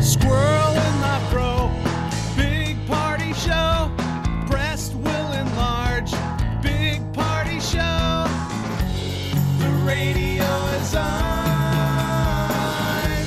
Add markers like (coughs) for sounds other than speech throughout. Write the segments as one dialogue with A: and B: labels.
A: Squirrel in the fro, big party show. Breast will enlarge, big party show. The radio is on.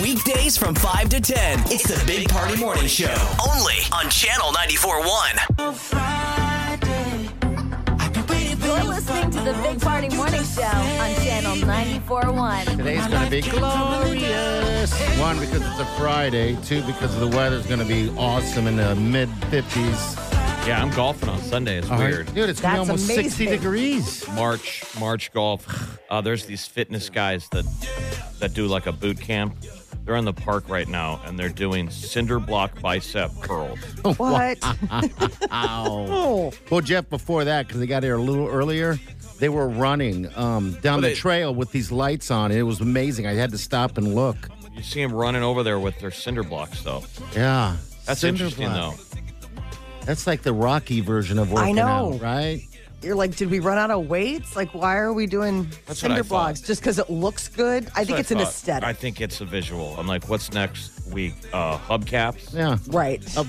B: Weekdays from 5 to 10. It's the Big Party Morning Show. Only on Channel 94.1.
C: You're listening to the Big Party Morning Show on Channel 94.1.
D: Today's going to be glorious. One, because it's a Friday. Two, because the weather's going to be awesome in the mid 50s.
E: Yeah, I'm golfing on Sunday.
D: Uh-huh.
E: It's weird.
D: Dude, it's going to
C: That's
D: be almost 60
C: amazing.
D: degrees.
E: March, March golf. (sighs) Uh, there's these fitness guys that that do like a boot camp. They're in the park right now and they're doing cinder block bicep curls.
D: What? Ow. Oh. well, Jeff, before that, because they got here a little earlier, they were running um, down
E: Well,
D: the
E: they-
D: trail with these lights on. And it was amazing. I had to stop and look.
E: You see them running over there with their cinder blocks though.
D: Yeah.
E: That's
D: Cinder
E: interesting
D: block.
E: though.
D: That's like the Rocky version of working
F: know.
D: out, right?
F: You're like, did we run out of weights? Like, why are we doing
E: That's what I
F: cinder
E: thought.
F: blocks? Just because it looks good? I
E: So
F: think it's an
E: thought-
F: aesthetic.
E: uh, I think it's a visual. I'm like, what's next week? Uh, hubcaps,
D: Yeah.
F: (laughs) right.
D: Up-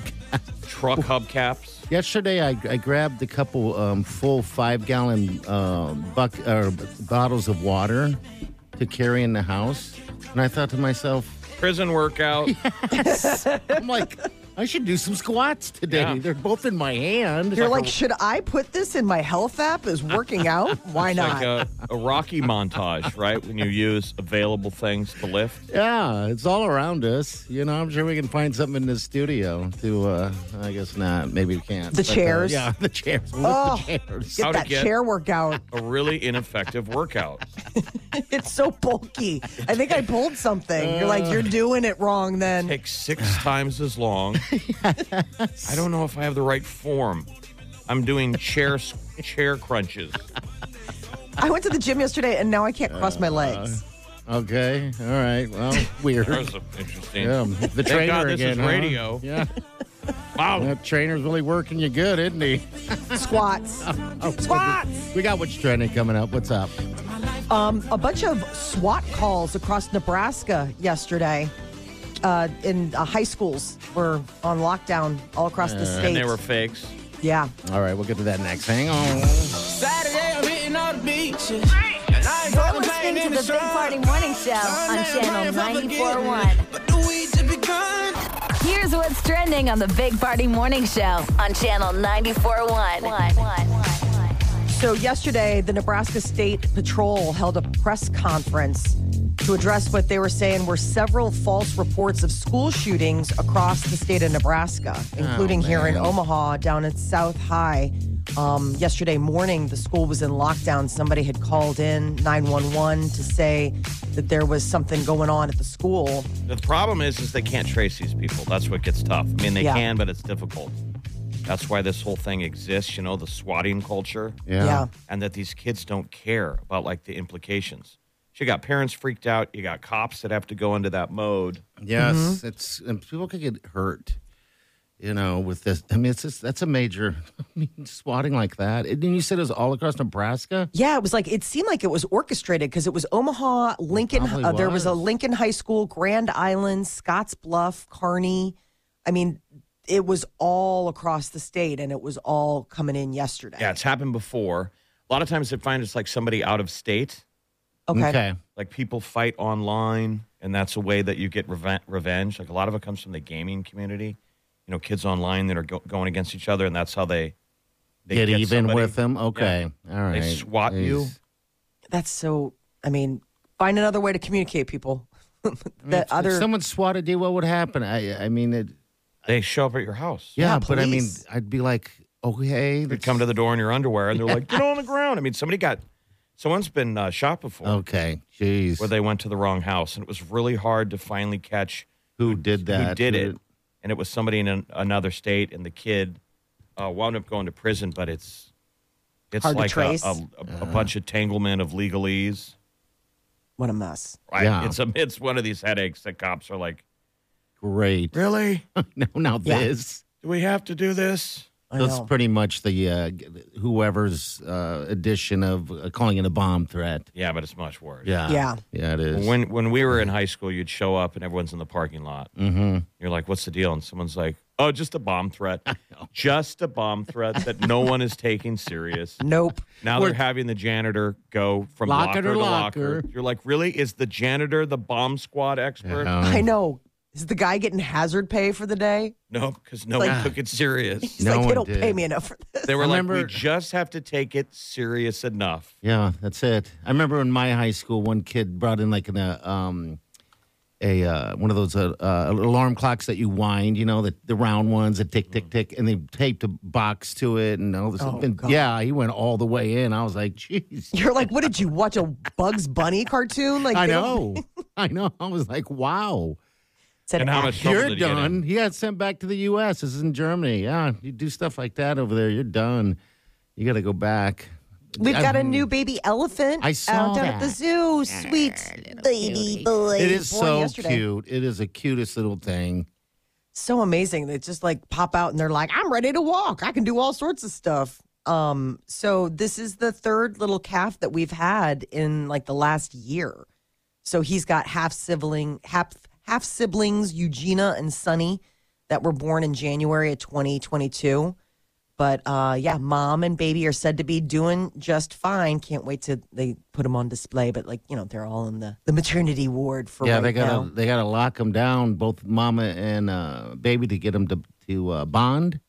E: truck hubcaps.
D: Yesterday, I, I grabbed a couple um, full five gallon uh, buck or bottles of water to carry in the house, and I thought to myself,
E: Prison
D: (laughs)
E: workout.
D: I'm like, I should do some squats today.
E: Yeah.
D: They're both in my hand.
F: You're like, should I put this in my health app as working out?
E: (laughs)
F: Why
E: It's
F: not?
E: like uh, a, a Rocky montage, right? When you use available things to lift.
D: yeah, it's all around us. You know, I'm sure we can find something in the studio to. Uh, I guess not. Maybe we can't.
F: The
D: uh,
F: chairs.
D: yeah, (laughs) the chairs. We'll
F: Oh.
D: lift the chairs.
E: How
F: Get
E: to
F: that
E: get-
F: chair workout. (laughs)
E: a really ineffective workout.
F: It's so bulky. I think I pulled something. You're like,
E: Uh.
F: you're doing it wrong then.
E: Takes six (sighs) times as long. I don't know if I have the right form. I'm doing chair chair crunches.
F: I went to the gym yesterday and now I can't cross my legs.
E: Uh.
D: Okay. All right. Well, weird.
F: (laughs)
E: That was interesting.
D: yeah, the trainer
E: God this
D: again.
E: is
D: huh?
E: radio.
D: Yeah.
E: Wow.
D: That trainer's really working you good, isn't he?
F: Squats.
D: Oh,
F: Squats.
D: We got what's trending coming up. What's up?
F: Um, a bunch of SWAT calls across Nebraska yesterday. Uh, in uh, high schools were on lockdown all across the state.
E: Uh, And they were fakes.
F: yeah.
D: All right, we'll get to that next. Hang on.
A: Saturday, I'm hitting all the beaches.
C: You're listening to the Big Party Morning Show on Channel 94.1. Here's what's trending on the Big Party Morning Show on Channel 94.1.
F: So, yesterday, the Nebraska State Patrol held a press conference to address what they were saying were several false reports of school shootings across the state of Nebraska, including here in Omaha, down at South High. Um, yesterday morning, the school was in lockdown. Somebody had called in 911 to say that there was something going on at the school.
E: The problem is, is they can't trace these people. That's what gets tough. I mean, they
F: Yeah.
E: can, but it's difficult. That's why this whole thing exists. You know, the swatting culture.
F: Yeah.
E: and that these kids don't care about like the implications. So you got parents freaked out. You got cops that have to go into that mode.
D: Yes,
F: Mm-hmm.
D: it's and people could get hurt. You know, with this, I mean, it's just, that's a major. (laughs) I mean, swatting like that. And then you said it was all across Nebraska.
F: Yeah, it was like it seemed like it was orchestrated because it was Omaha, Lincoln.
D: probably
F: Uh, there was a
D: was.
F: Lincoln High School, Grand Island, Scotts Bluff, Kearney. I mean, it was all across the state and it was all coming in yesterday.
E: Yeah, it's happened before. A lot of times they find it's like somebody out of state.
F: Okay.
E: Like people fight online, and that's a way that you get reven- revenge. Like a lot of it comes from the gaming community. You know, kids online that are go- going against each other, and that's how they, they
D: Get, even
E: somebody.
D: with them. Okay. All right.
E: They swat you.
F: That's so, I mean, find another way to communicate, people. (laughs) the
D: Other...
F: other,
D: If someone swatted you, what would happen? I I mean it.
E: They show up at your house.
D: Yeah,
F: Yeah,
D: but I mean,
F: please.
D: I'd be like, okay,
E: They'd
D: let's-
E: come to the door in your underwear, and they're like, "Get on the ground." I mean, somebody got, someone's been uh, shot before,
D: okay, jeez,
E: where they went to the wrong house, and it was really hard to finally catch
D: who did that?
E: who did it, and it was somebody in an, another state, and the kid uh, wound up going to prison. But it's it's
F: Hard to
E: like a,
F: trace.
E: a- a- a bunch of tanglement of legalese.
F: what a mess.
E: Right?
D: Yeah.
E: It's a it's one of these headaches that cops are like,
D: Great. (laughs)
E: really?
D: no, now
F: Yeah.
D: this.
E: (laughs) Do we have to do this?
F: I
D: That's
F: know.
D: pretty much the uh, whoever's uh, edition of uh, calling it a bomb threat.
E: Yeah, but it's much worse.
D: Yeah,
F: Yeah.
D: yeah, it is.
E: When when we were in high school, you'd show up and everyone's in the parking lot. Mm-hmm. You're like, "What's the deal?" And someone's like, "Oh, just a bomb
D: (laughs)
E: threat, just a bomb threat that no one is taking serious."
F: nope.
E: Now
D: We're-
E: they're having the janitor go from
D: Locker
E: locker,
D: to
E: to locker.
D: locker.
E: You're like, really? Is the janitor the bomb squad expert?
D: Yeah.
F: I know. Is the guy getting hazard pay for the day?
E: No, because no
F: Like-
E: one took it
D: (laughs)
E: serious.
F: He's
D: No
F: like,
D: one
F: they don't
D: did.
F: pay me enough for this. (laughs)
E: They were
D: I
E: like, we
D: remember-
E: just have to take it serious enough.
D: Yeah, that's it. I remember in my high school, one kid brought in like an uh, um, a uh, one of those uh, uh, alarm clocks that you wind, you know, the, the round ones that tick tick tick, and they taped a box to it and all this.
F: Oh,
D: and
F: God.
D: yeah, he went all the way in. I was like, jeez.
F: (laughs) You're like, what did you watch a Bugs Bunny cartoon? Like,
D: I
F: they don't-
D: know. I know. I was like, wow.
F: Said,
E: And how much trouble
D: You're
E: did he get in?
D: done. He got sent back to the U.S. This is in Germany. Yeah, you do stuff like that over there. You're done. You got to go back.
F: We've
D: I-
F: got a new baby elephant
D: Mm. I saw
F: out down at
D: that.
F: the zoo. Sweet baby boy.
D: It is
F: born
D: so
F: yesterday.
D: cute. It is the cutest little thing.
F: So amazing. They just like pop out and they're like, I'm ready to walk. I can do all sorts of stuff. Um, so this is the third little calf that we've had in like the last year. So he's got half sibling, half half siblings, Eugenia and Sonny, that were born in January of 2022. But uh, yeah, mom and baby are said to be doing just fine. Can't wait to they put them on display. But like you know, they're all in the, the maternity ward for
D: yeah,
F: right
D: they gotta
F: now.
D: they gotta lock them down, both mama and uh, baby, to get them to to uh, bond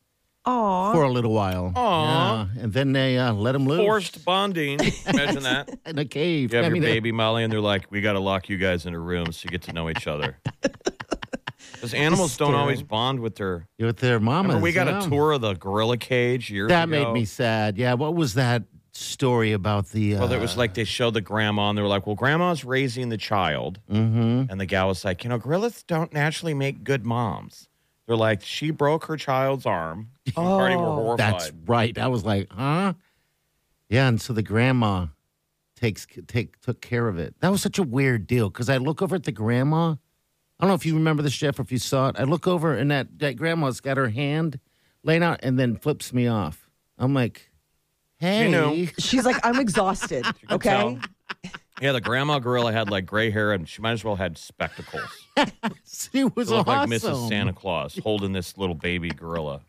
F: Aw,
D: for a little while.
E: Aw.
D: Yeah, and then they uh, let them loose
E: Forced bonding. Imagine that.
D: in a cave.
E: You have
D: I
E: your
D: mean,
E: baby Molly, and they're like, "We got to lock you guys in a room so you get to know
D: (laughs)
E: each other." Because animals don't always bond with their.
D: With their mamas.
E: Remember, we got
D: yeah.
E: a tour of the gorilla cage years
D: That
E: ago.
D: made me sad. Yeah, what was that story about the? Uh,
E: Well, it was like they showed the grandma, and they were like, "Well, grandma's raising the child,"
D: Mm-hmm.
E: and the gal was like, "You know, gorillas don't naturally make good moms." They're like, "She broke her child's arm." And Party were
F: Oh.
E: horrified.
D: That's right. I was like, huh? Yeah, and so the grandma takes take took care of it. That was such a weird deal because I look over at the grandma. I don't know if you remember this, Jeff, or if you saw it. I look over and that that grandma's got her hand laying out and then flips me off. I'm like, hey, (laughs)
E: You know.
F: She's like, I'm exhausted. okay.
E: So- yeah, the grandma gorilla had like gray hair, and she might as well had
D: (laughs)
E: spectacles.
D: she was
E: She looked
D: awesome.
E: like Mrs. Santa Claus holding this little baby gorilla.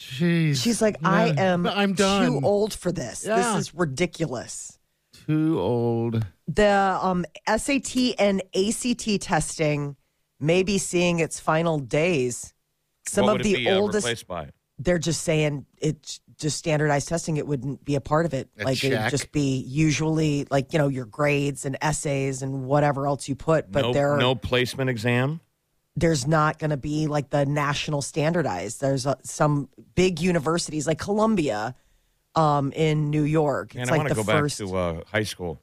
D: Jeez.
F: She's like, I
D: Yeah.
F: am
D: I'm done.
F: too old for this.
D: Yeah.
F: This is ridiculous.
D: Too old.
F: The um, SAT and ACT testing may be seeing its final days. Some
E: what
F: of
E: would
F: the
E: it be, uh,
F: oldest,
E: replaced by?
F: they're just saying it's just standardized testing. It wouldn't be a part of it.
D: A
F: like it
D: check.
F: would just be usually like, you know, your grades and essays and whatever else you put. But
E: no,
F: there are
E: no placement exam.
F: there's not going to be like the national standardized. There's uh some big universities like Columbia um, in New York.
E: And
F: It's
E: I
F: like
E: want
F: the
E: to go
F: first.
E: back to uh, high school.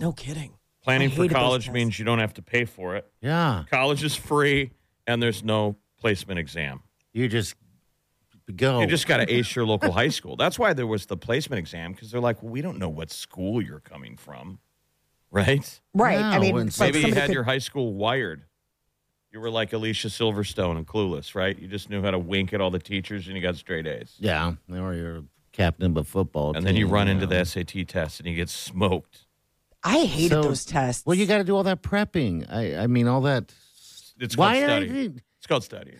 F: no kidding.
E: Planning
F: I
E: for
F: hated those
E: college
F: tests.
E: means you don't have to pay for it.
D: Yeah.
E: College is free, and there's no placement exam.
D: You just go.
F: Oh.
E: You just got to ace your local high school. That's why there was the placement exam because they're like, well, we don't know what school you're coming from, right?
F: Right. I
D: No,
F: mean,
D: and
F: it's like
E: Maybe you
F: somebody
E: had
F: could-
E: your high school wired. You were like Alicia Silverstone and Clueless, right? You just knew how to wink at all the teachers and you got straight A's.
D: Yeah, or you're captain of a football
E: And then you
D: team,
E: run into
D: know.
E: the SAT test and you get smoked.
F: I hated
D: So-
F: those tests.
D: Well, you got to do all that prepping. I, I mean, all that.
E: It's called
D: Why did I
E: studying.
D: did-
E: It's called studying.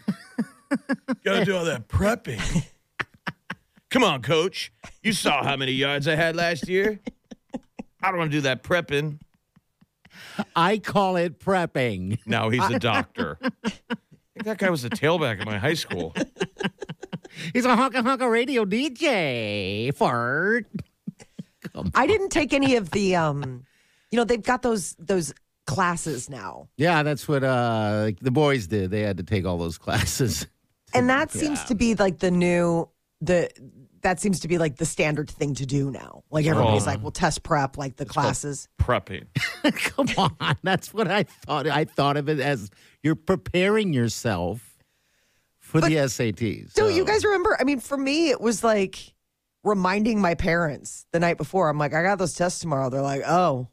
E: Got to do all that prepping. Come on, coach. You saw how many yards I had last year. I don't want to do that prepping.
D: I call it prepping. (laughs)
E: No, he's a
F: (laughs)
E: doctor. I think that guy was a tailback at my high school.
D: He's a honka honka radio DJ. Fart.
F: I didn't take any of the um you know, they've got those those classes now.
D: Yeah, that's what uh, the boys did. They had to take all those classes. (laughs)
F: And that seems to be like the new the that seems to be like the standard thing to do now. Like
E: Oh.
F: everybody's like, well, test prep, like the classes.
E: Prepping.
D: Come on, that's what I thought. I thought of it as you're preparing yourself for the SATs.
F: So
D: So-
F: you guys remember? I mean, for me, it was like reminding my parents the night before. I'm like, I got those tests tomorrow. They're like, oh,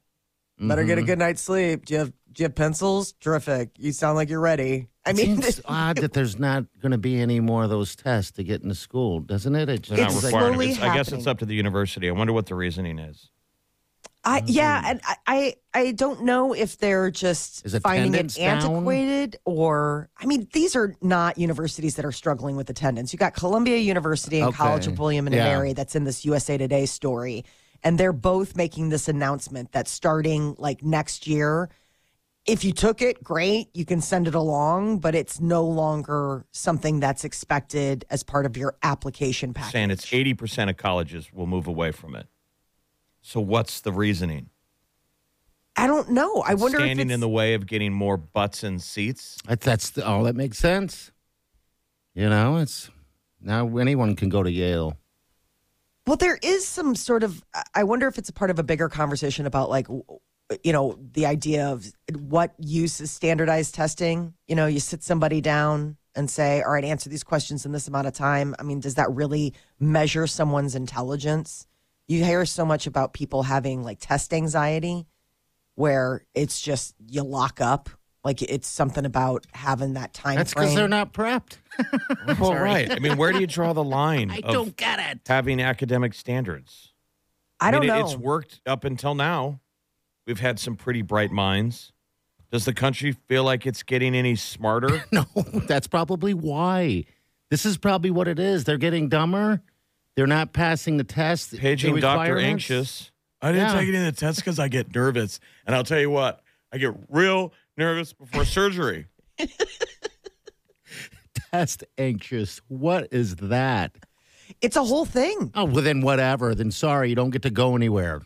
F: better get a
D: Mm-hmm.
F: good night's sleep. Do you have do you have pencils? Terrific. You sound like you're ready. I
D: It
F: (laughs) mean,
D: seems odd that there's not going to be any more of those tests to get into school, doesn't it? It just-
E: They're not
F: It's
E: requiring
F: slowly
E: it. It's- I guess it's
F: happening.
E: up to the university. I wonder what the reasoning is.
F: I, yeah, and I, I I don't know if they're just
D: Is it
F: finding
D: attendance
F: it
D: down?
F: antiquated or I mean, these are not universities that are struggling with attendance. You got Columbia University and
D: Okay.
F: College of William and
D: Yeah.
F: Mary that's in this USA Today story, and they're both making this announcement that starting like next year, if you took it, great, you can send it along, but it's no longer something that's expected as part of your application package.
E: Saying it's 80% of colleges will move away from it. So what's the reasoning?
F: I don't know. I wonder if
E: Standing
F: it's-
E: in the way of getting more butts and
F: (laughs)
E: seats?
D: That, that's the, all that makes sense. You know, it's now anyone can go to Yale.
F: Well, there is some sort of. I- I wonder if it's a part of a bigger conversation about like, w- you know, the idea of what use is standardized testing. You know, you sit somebody down and say, "All right, answer these questions in this amount of time." I mean, does that really measure someone's intelligence? You hear so much about people having like test anxiety, where it's just you lock up. Like it's something about having that time.
D: That's because
F: frame.
D: they're not prepped.
E: Well, right. I mean, where do you draw the
F: (laughs)
E: line
D: I
E: of
D: don't get it.
E: having academic standards?
F: I don't
E: mean, it-
F: know.
E: It's worked up until now. We've had some pretty bright minds. Does the country feel like it's getting any
F: (coughs)
E: smarter?
D: (laughs) No, that's probably why. This is probably what it is. They're getting dumber. They're not passing the test. the
E: Paging Dr.
D: requirements.
E: Anxious. I
D: didn't Yeah. take
E: any of the tests because I get nervous. And I'll tell you what, I get real nervous before surgery.
D: (laughs) Test anxious. What is that?
F: it's a whole thing.
D: Oh, well, then whatever. Then sorry, you don't get to go anywhere.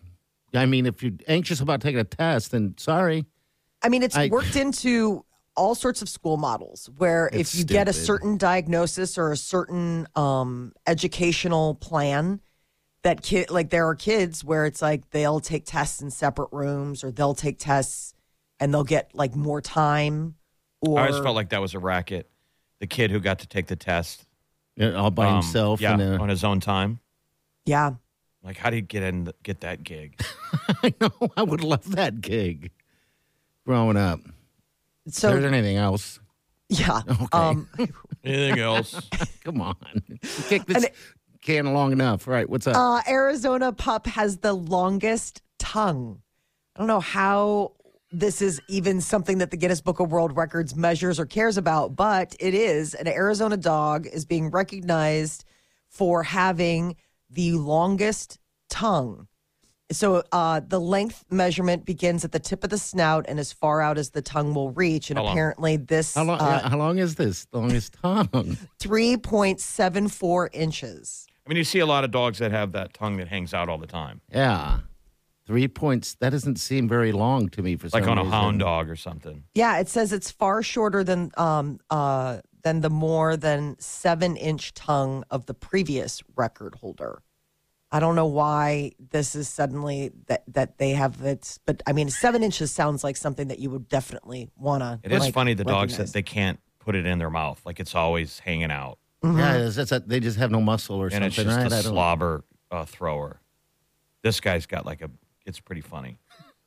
D: I mean, if you're anxious about taking a test, then sorry.
F: I mean, it's
D: I-
F: worked into all sorts of school models where if
D: It's
F: you get a
D: stupid.
F: certain diagnosis or a certain um, educational plan, that kid, like there are kids where it's like they'll take tests in separate rooms or they'll take tests and they'll get like more time. Or
E: I always felt like that was a racket. The kid who got to take the test
D: Uh, All by
E: um,
D: himself. uh,
E: yeah,
D: in a-
E: on his own time.
F: yeah,
E: Like, how do you get in get
D: (laughs)
E: that gig?
D: I know. I would love that gig growing up.
F: so
D: if there's anything else, (laughs)
F: yeah, um,
E: Anything else?
D: come on. Kick this can long enough. All Right. What's up?
F: uh, Arizona pup has the longest tongue. I don't know how this is even something that the Guinness Book of World Records measures or cares about, but it is. An Arizona dog is being recognized for having the longest tongue. So uh, the length measurement begins at the tip of the snout and as far out as the tongue will reach. And
E: How long?
F: apparently, this
D: how, long,
F: uh,
D: yeah, how long is this? The longest tongue.
F: (laughs) 3.74 inches.
E: I mean, you see a lot of dogs that have that tongue that hangs out all the time,
D: Yeah. Three points. That doesn't seem very long to me for
E: like
D: some
E: on a
D: reason.
E: hound dog or something.
F: Yeah, it says it's far shorter than um uh than the more than seven inch tongue of the previous record holder. I don't know why this is suddenly that that they have it, but I mean, seven inches sounds like something that you would definitely want to.
E: It is funny the dogs that they can't put it in their mouth, like it's always hanging out,
F: Mm-hmm.
D: Yeah, it's- it's a- they just have no muscle or
E: and it's
D: something,
E: just
D: right?
E: a
D: I don't-
E: slobber uh, thrower. This guy's got like a. It's pretty funny.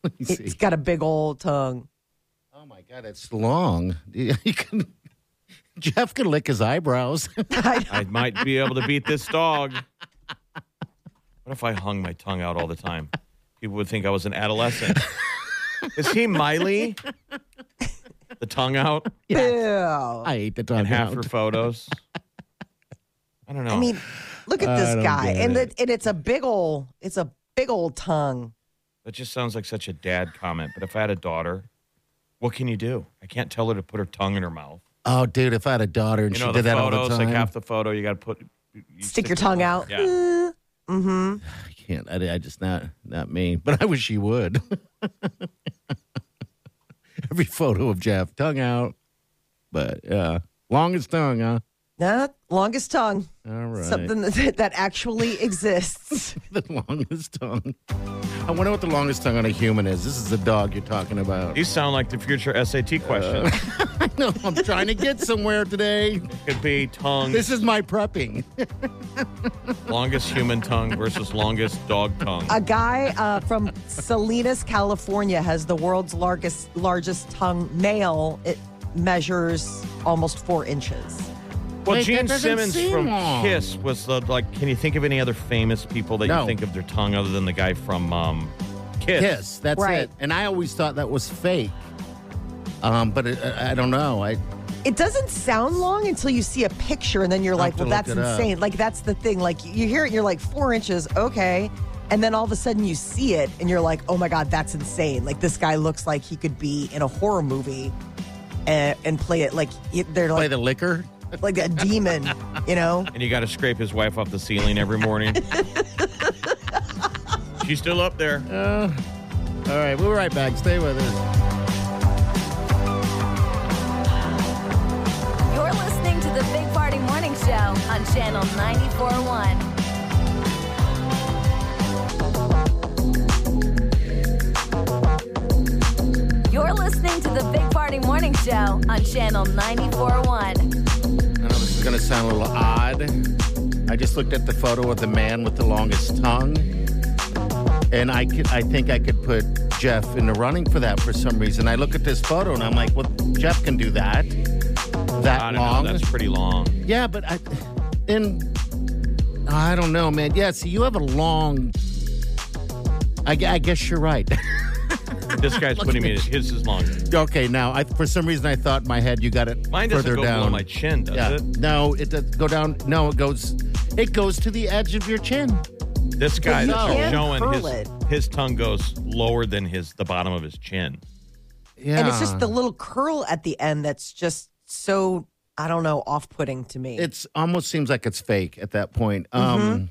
D: let me
F: It's
D: see.
F: got a big old tongue.
D: Oh my god, it's long. (laughs) You can, Jeff can lick his eyebrows. (laughs)
E: I might be able to beat this dog. What if I hung my tongue out all the time? People would think I was an adolescent. Is he Miley? The tongue out
F: Yeah.
D: I hate the
E: and
D: tongue
E: half her
D: out.
E: photos. I don't know.
F: I mean, look at
D: I
F: this
D: don't
F: guy,
D: get
F: and
D: it.
F: the, and it's a big old it's a big old tongue.
E: that just sounds like such a dad comment. But if I had a daughter, what can you do? I can't tell her to put her tongue in her mouth.
D: Oh, dude, if I had a daughter and
E: You
D: she
E: know,
D: did
E: the
D: that
E: photos,
D: all the time,
E: like half the photo, you got to put. you
F: Stick your tongue out.
E: Yeah.
F: Mm-hmm.
D: I can't. I, I just not not me. But I wish she would. (laughs) Every photo of Jeff, tongue out, but yeah, longest tongue, huh?
F: Nah, longest tongue.
D: All right,
F: Something (laughs) that, that actually exists.
D: (laughs) the longest tongue. I wonder what the longest tongue on a human is. This is the dog you're talking about.
E: These sound like the future SAT
F: (laughs)
E: questions.
D: (laughs) no, I'm trying to get somewhere today.
E: Could be tongue,
D: This is my prepping.
E: longest human tongue versus longest dog tongue.
F: a guy uh, from Salinas, California, has the world's largest largest tongue male. It measures almost four inches.
E: Well,
D: Wait, that
E: Gene
D: doesn't
E: Simmons
D: seem
E: from
D: long.
E: Kiss was the like. Can you think of any other famous people that
D: No.
E: you think of their tongue other than the guy from um, Kiss?
D: Yes, that's
F: Right.
D: it. And I always thought that was fake. Um, but it, I, I don't know. I
F: It doesn't sound long until you see a picture, and then you're
D: I'll
F: like,
D: have to
F: well,
D: look
F: that's
D: it up.
F: insane. Like, that's the thing. Like, you hear it, and you're like, four inches, okay. And then all of a sudden you see it, and you're like, oh my God, that's insane. Like, this guy looks like he could be in a horror movie and, and play it like it- they're
D: play
F: like,
D: the liquor.
F: like a demon, you know?
E: And you got to scrape his wife off the ceiling every
F: (laughs)
E: morning. She's still up there.
D: All right, we'll be right back. Stay with us.
C: You're listening to the Big Party Morning Show on Channel 94.1. You're listening to the Big Party Morning Show on Channel 94.1.
D: I know this is going to sound a little odd. I just looked at the photo of the man with the longest tongue, and I could, I think I could put Jeff in the running for that for some reason. I look at this photo and I'm like, well, Jeff can do that,
E: I
D: that
E: don't
D: long.
E: know. That's pretty long.
D: yeah, but I, and I don't know, man. Yeah, see, you have a long. I, gu- I guess you're right. (laughs)
E: This guy's putting me. His is longer.
D: okay, now I, for some reason I thought in my head you got it
E: Mine doesn't
D: further
E: go
D: down
E: below my chin, does
D: yeah.
E: it?
D: No, it does go down. No, it goes. It goes to the edge of your chin.
E: This guy
F: you
E: that's
F: can
E: showing
F: curl
E: his
F: it.
E: his tongue goes lower than his the bottom of his chin.
D: Yeah.
F: And it's just the little curl at the end that's just so, I don't know, off putting to me.
D: It's almost seems like it's fake at that point.
F: Mm-hmm.
D: Um,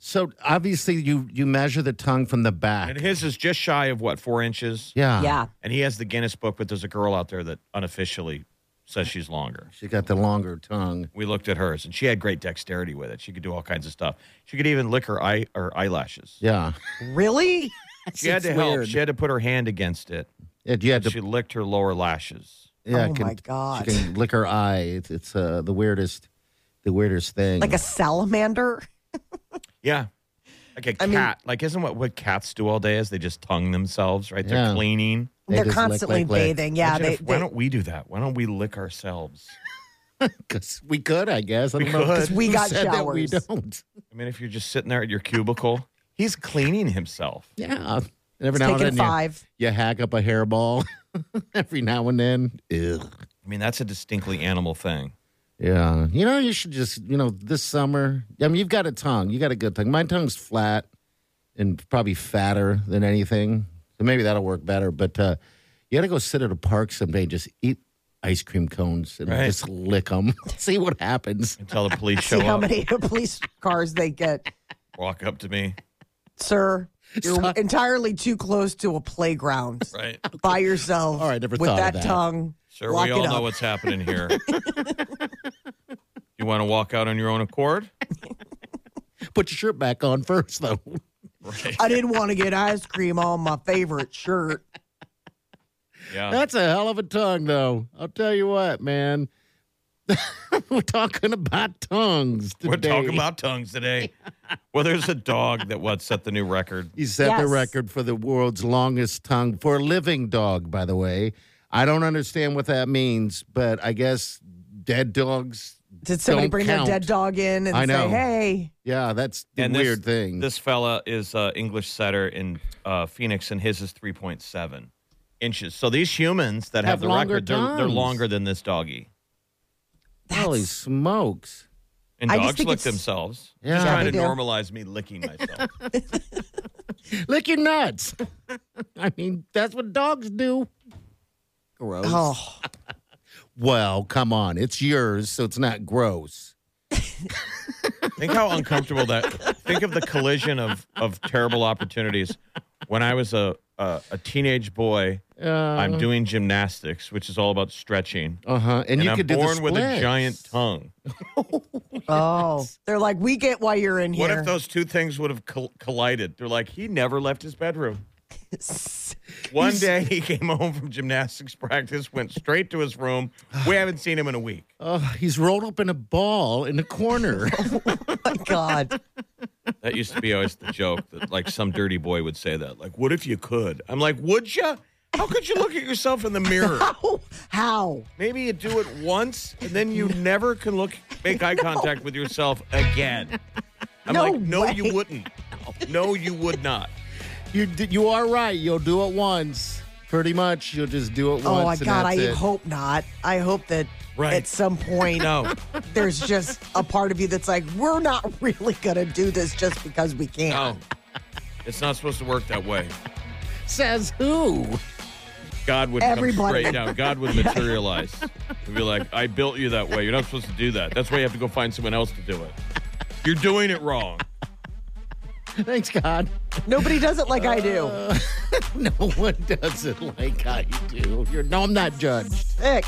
D: so obviously you you measure the tongue from the back.
E: And his is just shy of what four inches.
D: Yeah.
F: yeah.
E: And he has the Guinness book, but there's a girl out there that unofficially says she's longer.
D: She got the longer tongue.
E: We looked at hers, and she had great dexterity with it. She could do all kinds of stuff. She could even lick her eye or eyelashes.
D: Yeah. (laughs)
F: Really?
E: She had to
D: It's
E: help.
D: weird.
E: She had to put her hand against it.
D: Yeah, you had to.
E: She licked her lower lashes.
D: yeah,
F: oh
D: can-
F: my God.
D: She can lick her eye. It's, it's uh, the weirdest, the weirdest thing.
F: Like a salamander?
E: Yeah. Like a cat.
F: mean-
E: like isn't what, what cats do all day is they just tongue themselves, right?
D: Yeah.
E: They're cleaning.
D: They
F: They're
D: just lick,
F: constantly
D: lick, lick.
F: bathing. Yeah,
E: Imagine
F: they,
E: if- why
F: they-
E: don't we do that? Why don't we lick ourselves?
D: (laughs) 'Cause we could, I guess. I don't
E: We
D: know.
E: could.
F: 'Cause we
D: Who
F: got
D: said that we
F: showers.
D: don't. (laughs)
E: I mean, if you're just sitting there at your cubicle, he's cleaning himself.
D: Yeah. Every
F: It's
D: now and
F: taken
D: then you-
F: five.
D: (laughs) you hack up a hairball (laughs) every now and then. Ugh.
E: I mean, that's a distinctly animal thing.
D: Yeah. You know, you should just, you know, this summer, I mean, you've got a tongue. You got a good tongue. My tongue's flat and probably fatter than anything. So maybe that'll work better. But uh, you got to go sit at a park someday and just eat ice cream cones and
E: Right.
D: just lick them. (laughs) See what happens.
E: Until the police show
F: (laughs) See how
E: up,
D: (laughs)
F: many police cars they get.
E: walk up to me.
D: (laughs)
F: Sir, you're entirely too close to a playground.
E: Right.
F: By yourself.
D: All right, never
F: with
D: thought of
F: that,
D: that.
F: tongue.
E: Sir,
F: lock
E: we
F: it
E: all
F: up.
E: know what's happening
F: (laughs)
E: here. you want to walk out on your own accord?
D: Put your shirt back on first, though.
E: Uh,
F: I didn't want to get ice cream on my favorite shirt.
E: Yeah.
D: That's a hell of a tongue, though. I'll tell you what, man. (laughs) We're talking about tongues today.
E: We're talking about tongues today. Well, there's a dog that what set the new record.
D: He set the
F: Yes.
D: record for the world's longest tongue for a living dog, by the way. I don't understand what that means, but I guess dead dogs.
F: Did somebody
D: Don't
F: bring
D: count.
F: their dead dog in and
D: I know.
F: say, hey?
D: Yeah, that's the
E: And this-
D: weird thing.
E: This fella is uh, English setter in uh, Phoenix, and his is 3.7 inches. So these humans that have,
D: Have
E: the
D: longer
E: record, they're, they're
D: tongues.
E: longer than this doggy.
D: Holy smokes.
E: And
F: I just
E: dogs
F: think
E: lick
F: it's-
E: themselves.
D: Yeah.
E: Just
D: Yeah,
E: trying
F: they
E: to
F: do.
E: normalize me licking
D: (laughs)
E: myself.
D: Lick your nuts. (laughs) I mean, that's what dogs do. Gross.
F: Oh,
D: Well, come on. It's yours, so it's not gross.
E: think how uncomfortable that. Think of the collision of of terrible opportunities. When I was a a, a teenage boy, I'm doing gymnastics, which is all about stretching.
D: Uh huh. And, you
E: I'm
D: could do
E: born
D: the
E: with a
D: splits.
E: giant tongue.
F: oh. (laughs) They're like, we get why you're in
E: What
F: here.
E: if those two things would have col- collided? They're like, he never left his
F: (laughs)
E: bedroom. One day he came home from gymnastics practice, went straight to his room. We haven't seen him in a week.
D: Oh, he's rolled up in a ball in a
F: (laughs)
D: corner.
F: (laughs) Oh, My God.
E: That used to be always the joke that like some dirty boy would say that. Like, what if you could? I'm like, would you? How could you look at yourself in the mirror?
F: Oh, how?
E: (laughs) Maybe you do it once and then you never can look make
F: (laughs)
E: eye contact with yourself again. I'm
F: No
E: like, no,
F: way.
E: you wouldn't. No, you would not.
D: you d- you are right. You'll do it once. Pretty much, you'll just do it once.
F: Oh, my
D: and
F: God. I
D: that's it.
F: hope not. I hope that
E: Right.
F: at some point
E: No.
F: (laughs) there's just a part of you that's like, we're not (laughs) really going to do this just because we can.
E: No. It's not supposed to work that way.
D: says who? (laughs)
E: God would
F: Everybody.
E: come straight down. God
F: (laughs)
E: would materialize. He'd be like, I built you that way. You're not supposed to do that. That's why you have to go find someone else to do it. You're doing it wrong.
D: Thanks, God.
F: Nobody does it like I do.
D: No one does it like I do. You're no, I'm not judged.
F: Thick.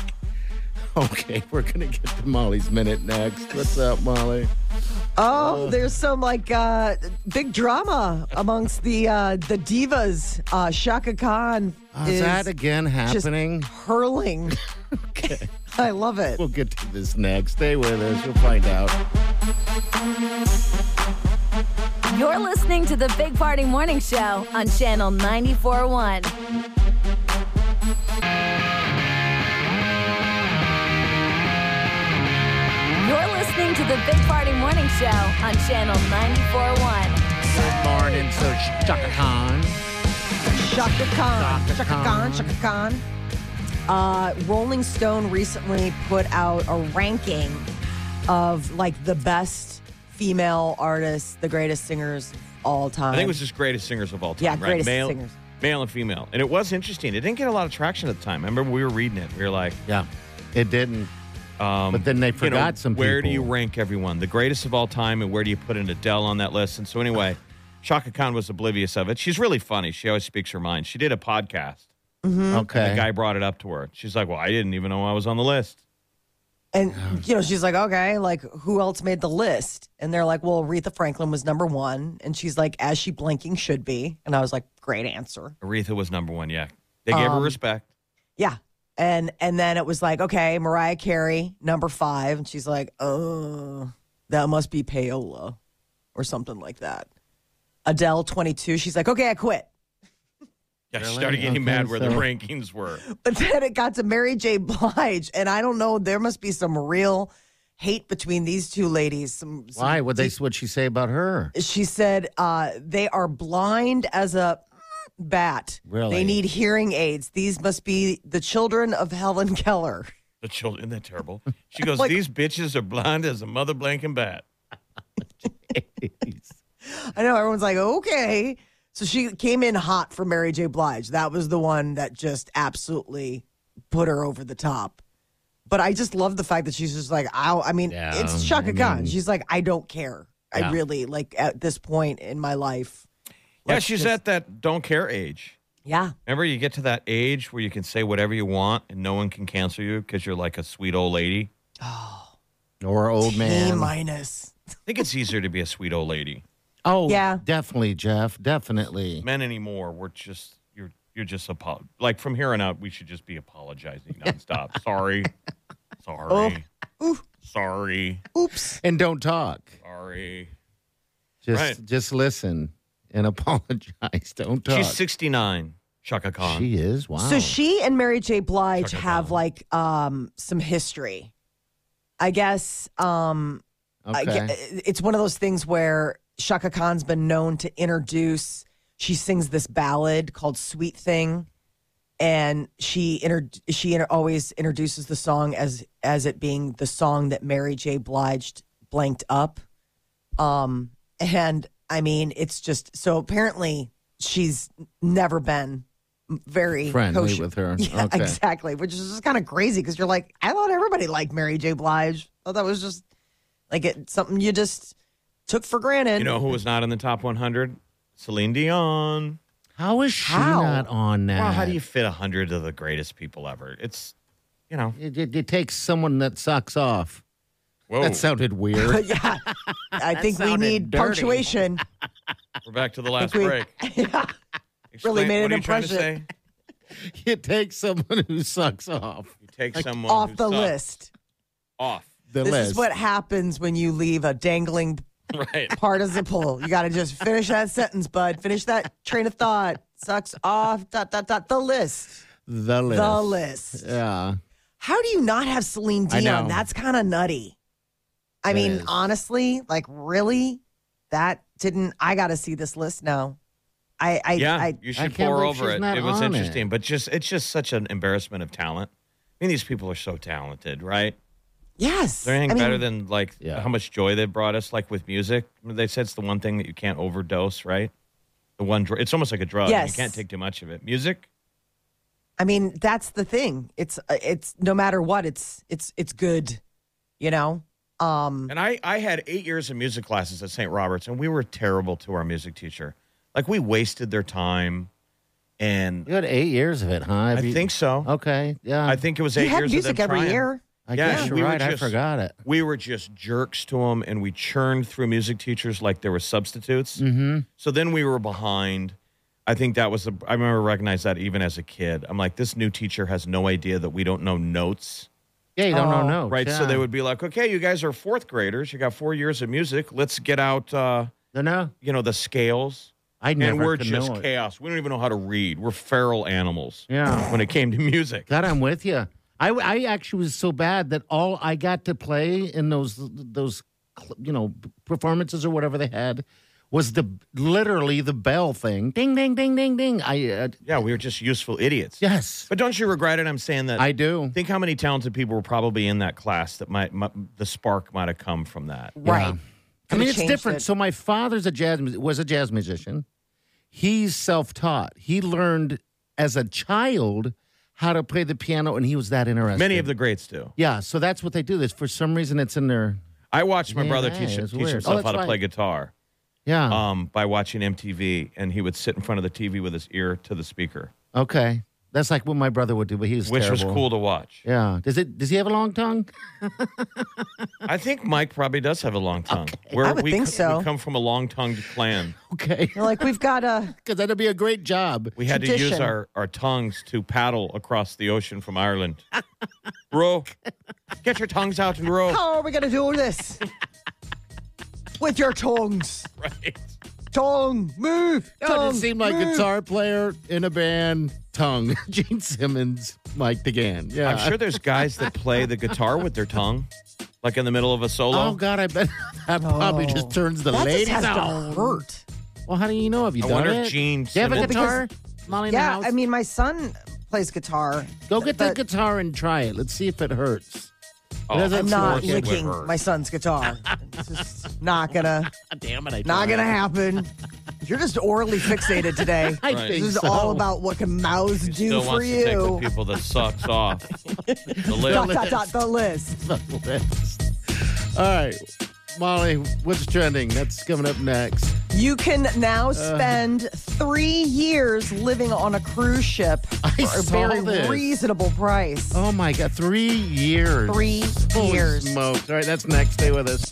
D: Okay, we're gonna get to Molly's minute next. What's up, Molly?
F: Oh, there's some like uh, big drama amongst the uh, the divas. Uh, Shaka Khan
D: Uh,
F: is
D: is that again
F: just
D: happening?
F: hurling. (laughs) I love it.
D: We'll get to this next. Stay with us. You'll find out.
C: You're listening to the Big Party Morning Show on Channel 941. You're listening to the Big Party Morning Show on Channel 941.
D: Good morning, so Shaka Khan.
F: Shaka Khan.
D: Chaka
F: Shaka Khan.
D: Khan.
F: Shaka Khan. Uh, Rolling Stone recently put out a ranking of like the best female artists, the greatest singers of all time.
E: I think it was just greatest singers of all time.
F: Yeah,
E: right?
F: greatest
E: male,
F: singers.
E: Male and female. And it was interesting. It didn't get a lot of traction at the time. I remember we were reading it. We were like,
D: Yeah, it didn't.
E: um,
D: But then they
E: you know,
D: forgot some
E: Where do you
D: people.
E: rank everyone? The greatest of all time, and where do you put an Adele on that list? And so, anyway, Shaka Khan was oblivious of it. She's really funny. She always speaks her mind. She did a podcast.
D: Mm-hmm. Okay.
E: The guy brought it up to her. She's like, well, I didn't even know I was on the list.
F: And you know, she's like, okay, like who else made the list? And they're like, well, Aretha Franklin was number one, and she's like, as she blinking should be. And I was like, great answer,
E: Aretha was number one. Yeah. They gave her
F: Um,
E: respect.
F: yeah. And and then it was like, okay, Mariah Carey number five, and she's like, oh, that must be payola, or something like that. Adele twenty two, she's like, okay, I quit.
E: Yeah, she
D: Really?
E: started getting
D: Okay,
E: mad where the
D: so-
E: rankings were.
F: But (laughs) then it got to Mary J. Blige, and I don't know, there must be some real hate between these two ladies. Some, some
D: Why? What they? What she say about her?
F: she said uh, they are blind as a bat.
D: Really?
F: They need hearing aids. These must be the children of Helen Keller.
E: The children, they're (laughs) terrible. She goes,
F: Like-
E: these bitches are blind as a mother blanking bat.
F: I know everyone's like, okay. So she came in hot for Mary J. Blige. That was the one that just absolutely put her over the top. But I just love the fact that she's just like, I, I mean,
D: Yeah,
F: it's Shaka
D: I
F: Khan.
D: mean-
F: She's like, I don't care. I
D: Yeah.
F: really like at this point in my life.
E: Yeah,
F: let's
E: she's
F: just-
E: at that don't care age.
F: Yeah.
E: Remember, you get to that age where you can say whatever you want and no one can cancel you because you're like a sweet old lady.
D: Or old
F: A
D: man?
F: minus.
E: I think it's easier to be a sweet old lady.
D: oh,
F: Yeah.
D: Definitely, Jeff. Definitely.
E: Men anymore, we're just you're you're just apo- like from here on out, we should just be apologizing
F: (laughs)
E: nonstop. Sorry, sorry,
F: Oh.
E: sorry,
F: Oops.
D: And don't talk.
E: sorry.
D: Just
E: Right.
D: just listen and (laughs) apologize. Don't talk.
E: She's 69. Shaka Khan.
D: She is. Wow.
F: So she and Mary J. Blige
E: Chuck it
F: have
E: down.
F: like um some history. I guess um I
D: Okay.
F: ge- it's one of those things where Shaka Khan's been known to introduce she sings this ballad called Sweet Thing and she inter- she inter- always introduces the song as as it being the song that Mary J. Blige blanked up. Um, and I mean, it's just so apparently she's never been very
D: Friendly
F: kosher.
D: with her.
F: (laughs) Yeah,
D: Okay.
F: exactly. Which is just kind of crazy because you're like, I thought everybody liked Mary J. Blige. I thought that was just like it, something you just took for granted.
E: You know who was not in the top 100? Celine Dion.
D: How is she
F: How?
D: not on that?
E: Well, how do you fit 100 of the greatest people ever? It's, you know.
D: It, it, it takes someone that sucks off.
E: Whoa.
D: That sounded
F: (laughs)
D: weird. (laughs)
F: yeah, I think we
D: sounded
F: need
D: dirty.
E: (laughs)
F: punctuation.
E: We're back to the last
F: we-
E: break.
F: (laughs) yeah.
E: Explain-
F: really made
E: what
F: an
E: are you trying to
F: impression.
E: say?
D: it takes someone who sucks off
E: You take someone
F: off
E: who
F: the
E: sucks
F: list.
E: Off. (laughs)
D: the
F: this
D: list.
F: is what happens when you leave a dangling
E: Right.
F: participle. You got to just finish that sentence, bud. Finish that train of thought. Sucks off. Dot dot dot. The list.
D: the list.
F: The list.
D: Yeah.
F: How do you not have Celine
D: I
F: Dion?
D: know.
F: That's kind of nutty. I
D: It
F: mean,
D: is.
F: honestly, like really, that didn't. I got to see this list now. I I,
E: yeah,
F: I
E: you
D: I
E: should
D: can't
E: pour
D: believe
E: over
D: she's
E: it.
D: not
E: It was
D: on
E: interesting,
D: it.
E: but just it's just such an embarrassment of talent. I mean, these people are so talented, right? Is
F: yes.
E: there anything
F: I mean,
E: better than like
D: Yeah.
E: how much joy they've brought us, like with music? I mean, They said it's the one thing that you can't overdose, right? The one, dr- it's almost like a drug.
F: Yes.
E: You can't take too much of it. Music,
F: I mean, that's the thing. It's uh, it's no matter what, it's it's it's good, you know. Um,
E: And I, I had eight years of music classes at St. Robert's, and we were terrible to our music teacher. Like we wasted their time, and
D: You had eight years of it, huh? Have
E: I
D: you-
E: think so.
D: Okay. Yeah.
E: I think it was
F: you
E: eight
F: had
E: years. of
F: music
E: them
F: every
E: trying.
F: year.
D: I
E: Yeah,
D: guess you're
E: we were
D: right. I
E: just-
D: forgot it.
E: We were just jerks to them, and we churned through music teachers like they were substitutes. Mm-hmm. So then we were behind. I think that was the. I remember recognized that even as a kid. I'm like, this new teacher has no idea that we don't know notes.
D: Yeah, you don't
F: Oh.
D: know notes.
E: Right, so
D: yeah.
E: they would be like, "Okay, you guys are fourth graders. You got four years of music. Let's get out, uh,
D: No, no.
E: you know, the scales.
D: I never
E: and we're
D: could
E: just
D: know it.
E: chaos. We don't even know how to read. We're feral animals.
D: Yeah.
E: When it came to music,
D: God, I'm with you. I, I actually was so bad that all I got to play in those those cl- you know performances or whatever they had was the literally the bell thing. Ding ding ding ding ding. I uh,
E: yeah, we were just useful idiots.
D: yes,
E: But don't you regret it? I'm saying that.
D: I do.
E: think how many talented people were probably in that class that might my, the spark might have come from that.
F: Right.
D: I mean, it's
F: changed
D: different.
F: it.
D: So my father's a jazz mu- was a jazz musician. He's self-taught. He learned as a child how to play the piano and he was that interested.
E: Many of the greats do.
D: Yeah, so that's what they do. This for some reason it's in their
E: I watched my
D: Yeah,
E: brother teach,
D: it's
E: teach
D: weird.
E: himself
D: Oh,
E: how to
D: that's
E: play
D: right.
E: guitar
D: yeah.
E: um, by watching MTV, and he would sit in front of the TV with his ear to the speaker,
D: Okay, that's like what my brother would do, but he was
E: which was
D: terrible.
E: cool to watch.
D: Yeah. Does it? Does he have a long tongue? (laughs)
E: I think Mike probably does have a long tongue. Where
F: I would
E: we
F: think
E: co-
F: so.
E: We come from a long-tongued clan.
D: Okay,
F: You're like we've
E: (laughs)
F: got a
D: because that'd be a great job.
E: We had to use
F: Tradition.
E: our, our tongues to paddle across the ocean from Ireland. (laughs) row. Get your tongues out and
D: (laughs)
E: row.
F: how are we gonna do this with your tongues?
E: Right.
F: Tongue move.
D: Doesn't
F: Tongue,
D: it seem like
F: move.
D: guitar player in a band, tongue, (laughs) Gene Simmons, Mike DeGan. Yeah.
E: I'm sure there's guys that play the guitar with their tongue, like in the middle of a solo.
D: Oh God, I bet (laughs) that probably
F: Oh.
D: just turns the
F: That just
D: ladies
F: has
D: out.
F: to hurt.
D: Well, how do you know? Have you
E: I
D: done
E: wonder
D: it?
E: if Gene
D: Do you have a
E: Simmons-
D: guitar, Molly? in the
F: Yeah,
D: house?
F: I mean, my son plays guitar.
D: go get the
F: but
D: guitar and try it. Let's see if it hurts.
E: Oh,
D: There's a-
F: I'm
D: Of
F: not
D: course it would
F: licking
E: hurt.
F: my son's guitar. it's just not gonna,
D: Damn it! I
F: not
D: tried.
F: gonna happen. You're just orally fixated today.
D: (laughs) I
E: Right.
D: think
F: This is
D: so.
F: all about what can mouths
E: He
F: do
E: still
F: for
E: wants to take the
F: you.
E: people that sucks
D: (laughs)
E: off the list.
F: Dot dot dot the list.
D: the (laughs) list. All right, Molly, what's trending? That's coming up next.
F: You can now
D: Uh.
F: spend three years living on a cruise ship
D: I
F: for a
D: saw
F: very
D: this.
F: reasonable price.
D: Oh my God, three years.
F: Three
D: Holy
F: years.
D: smokes. All right, that's next. Stay with us.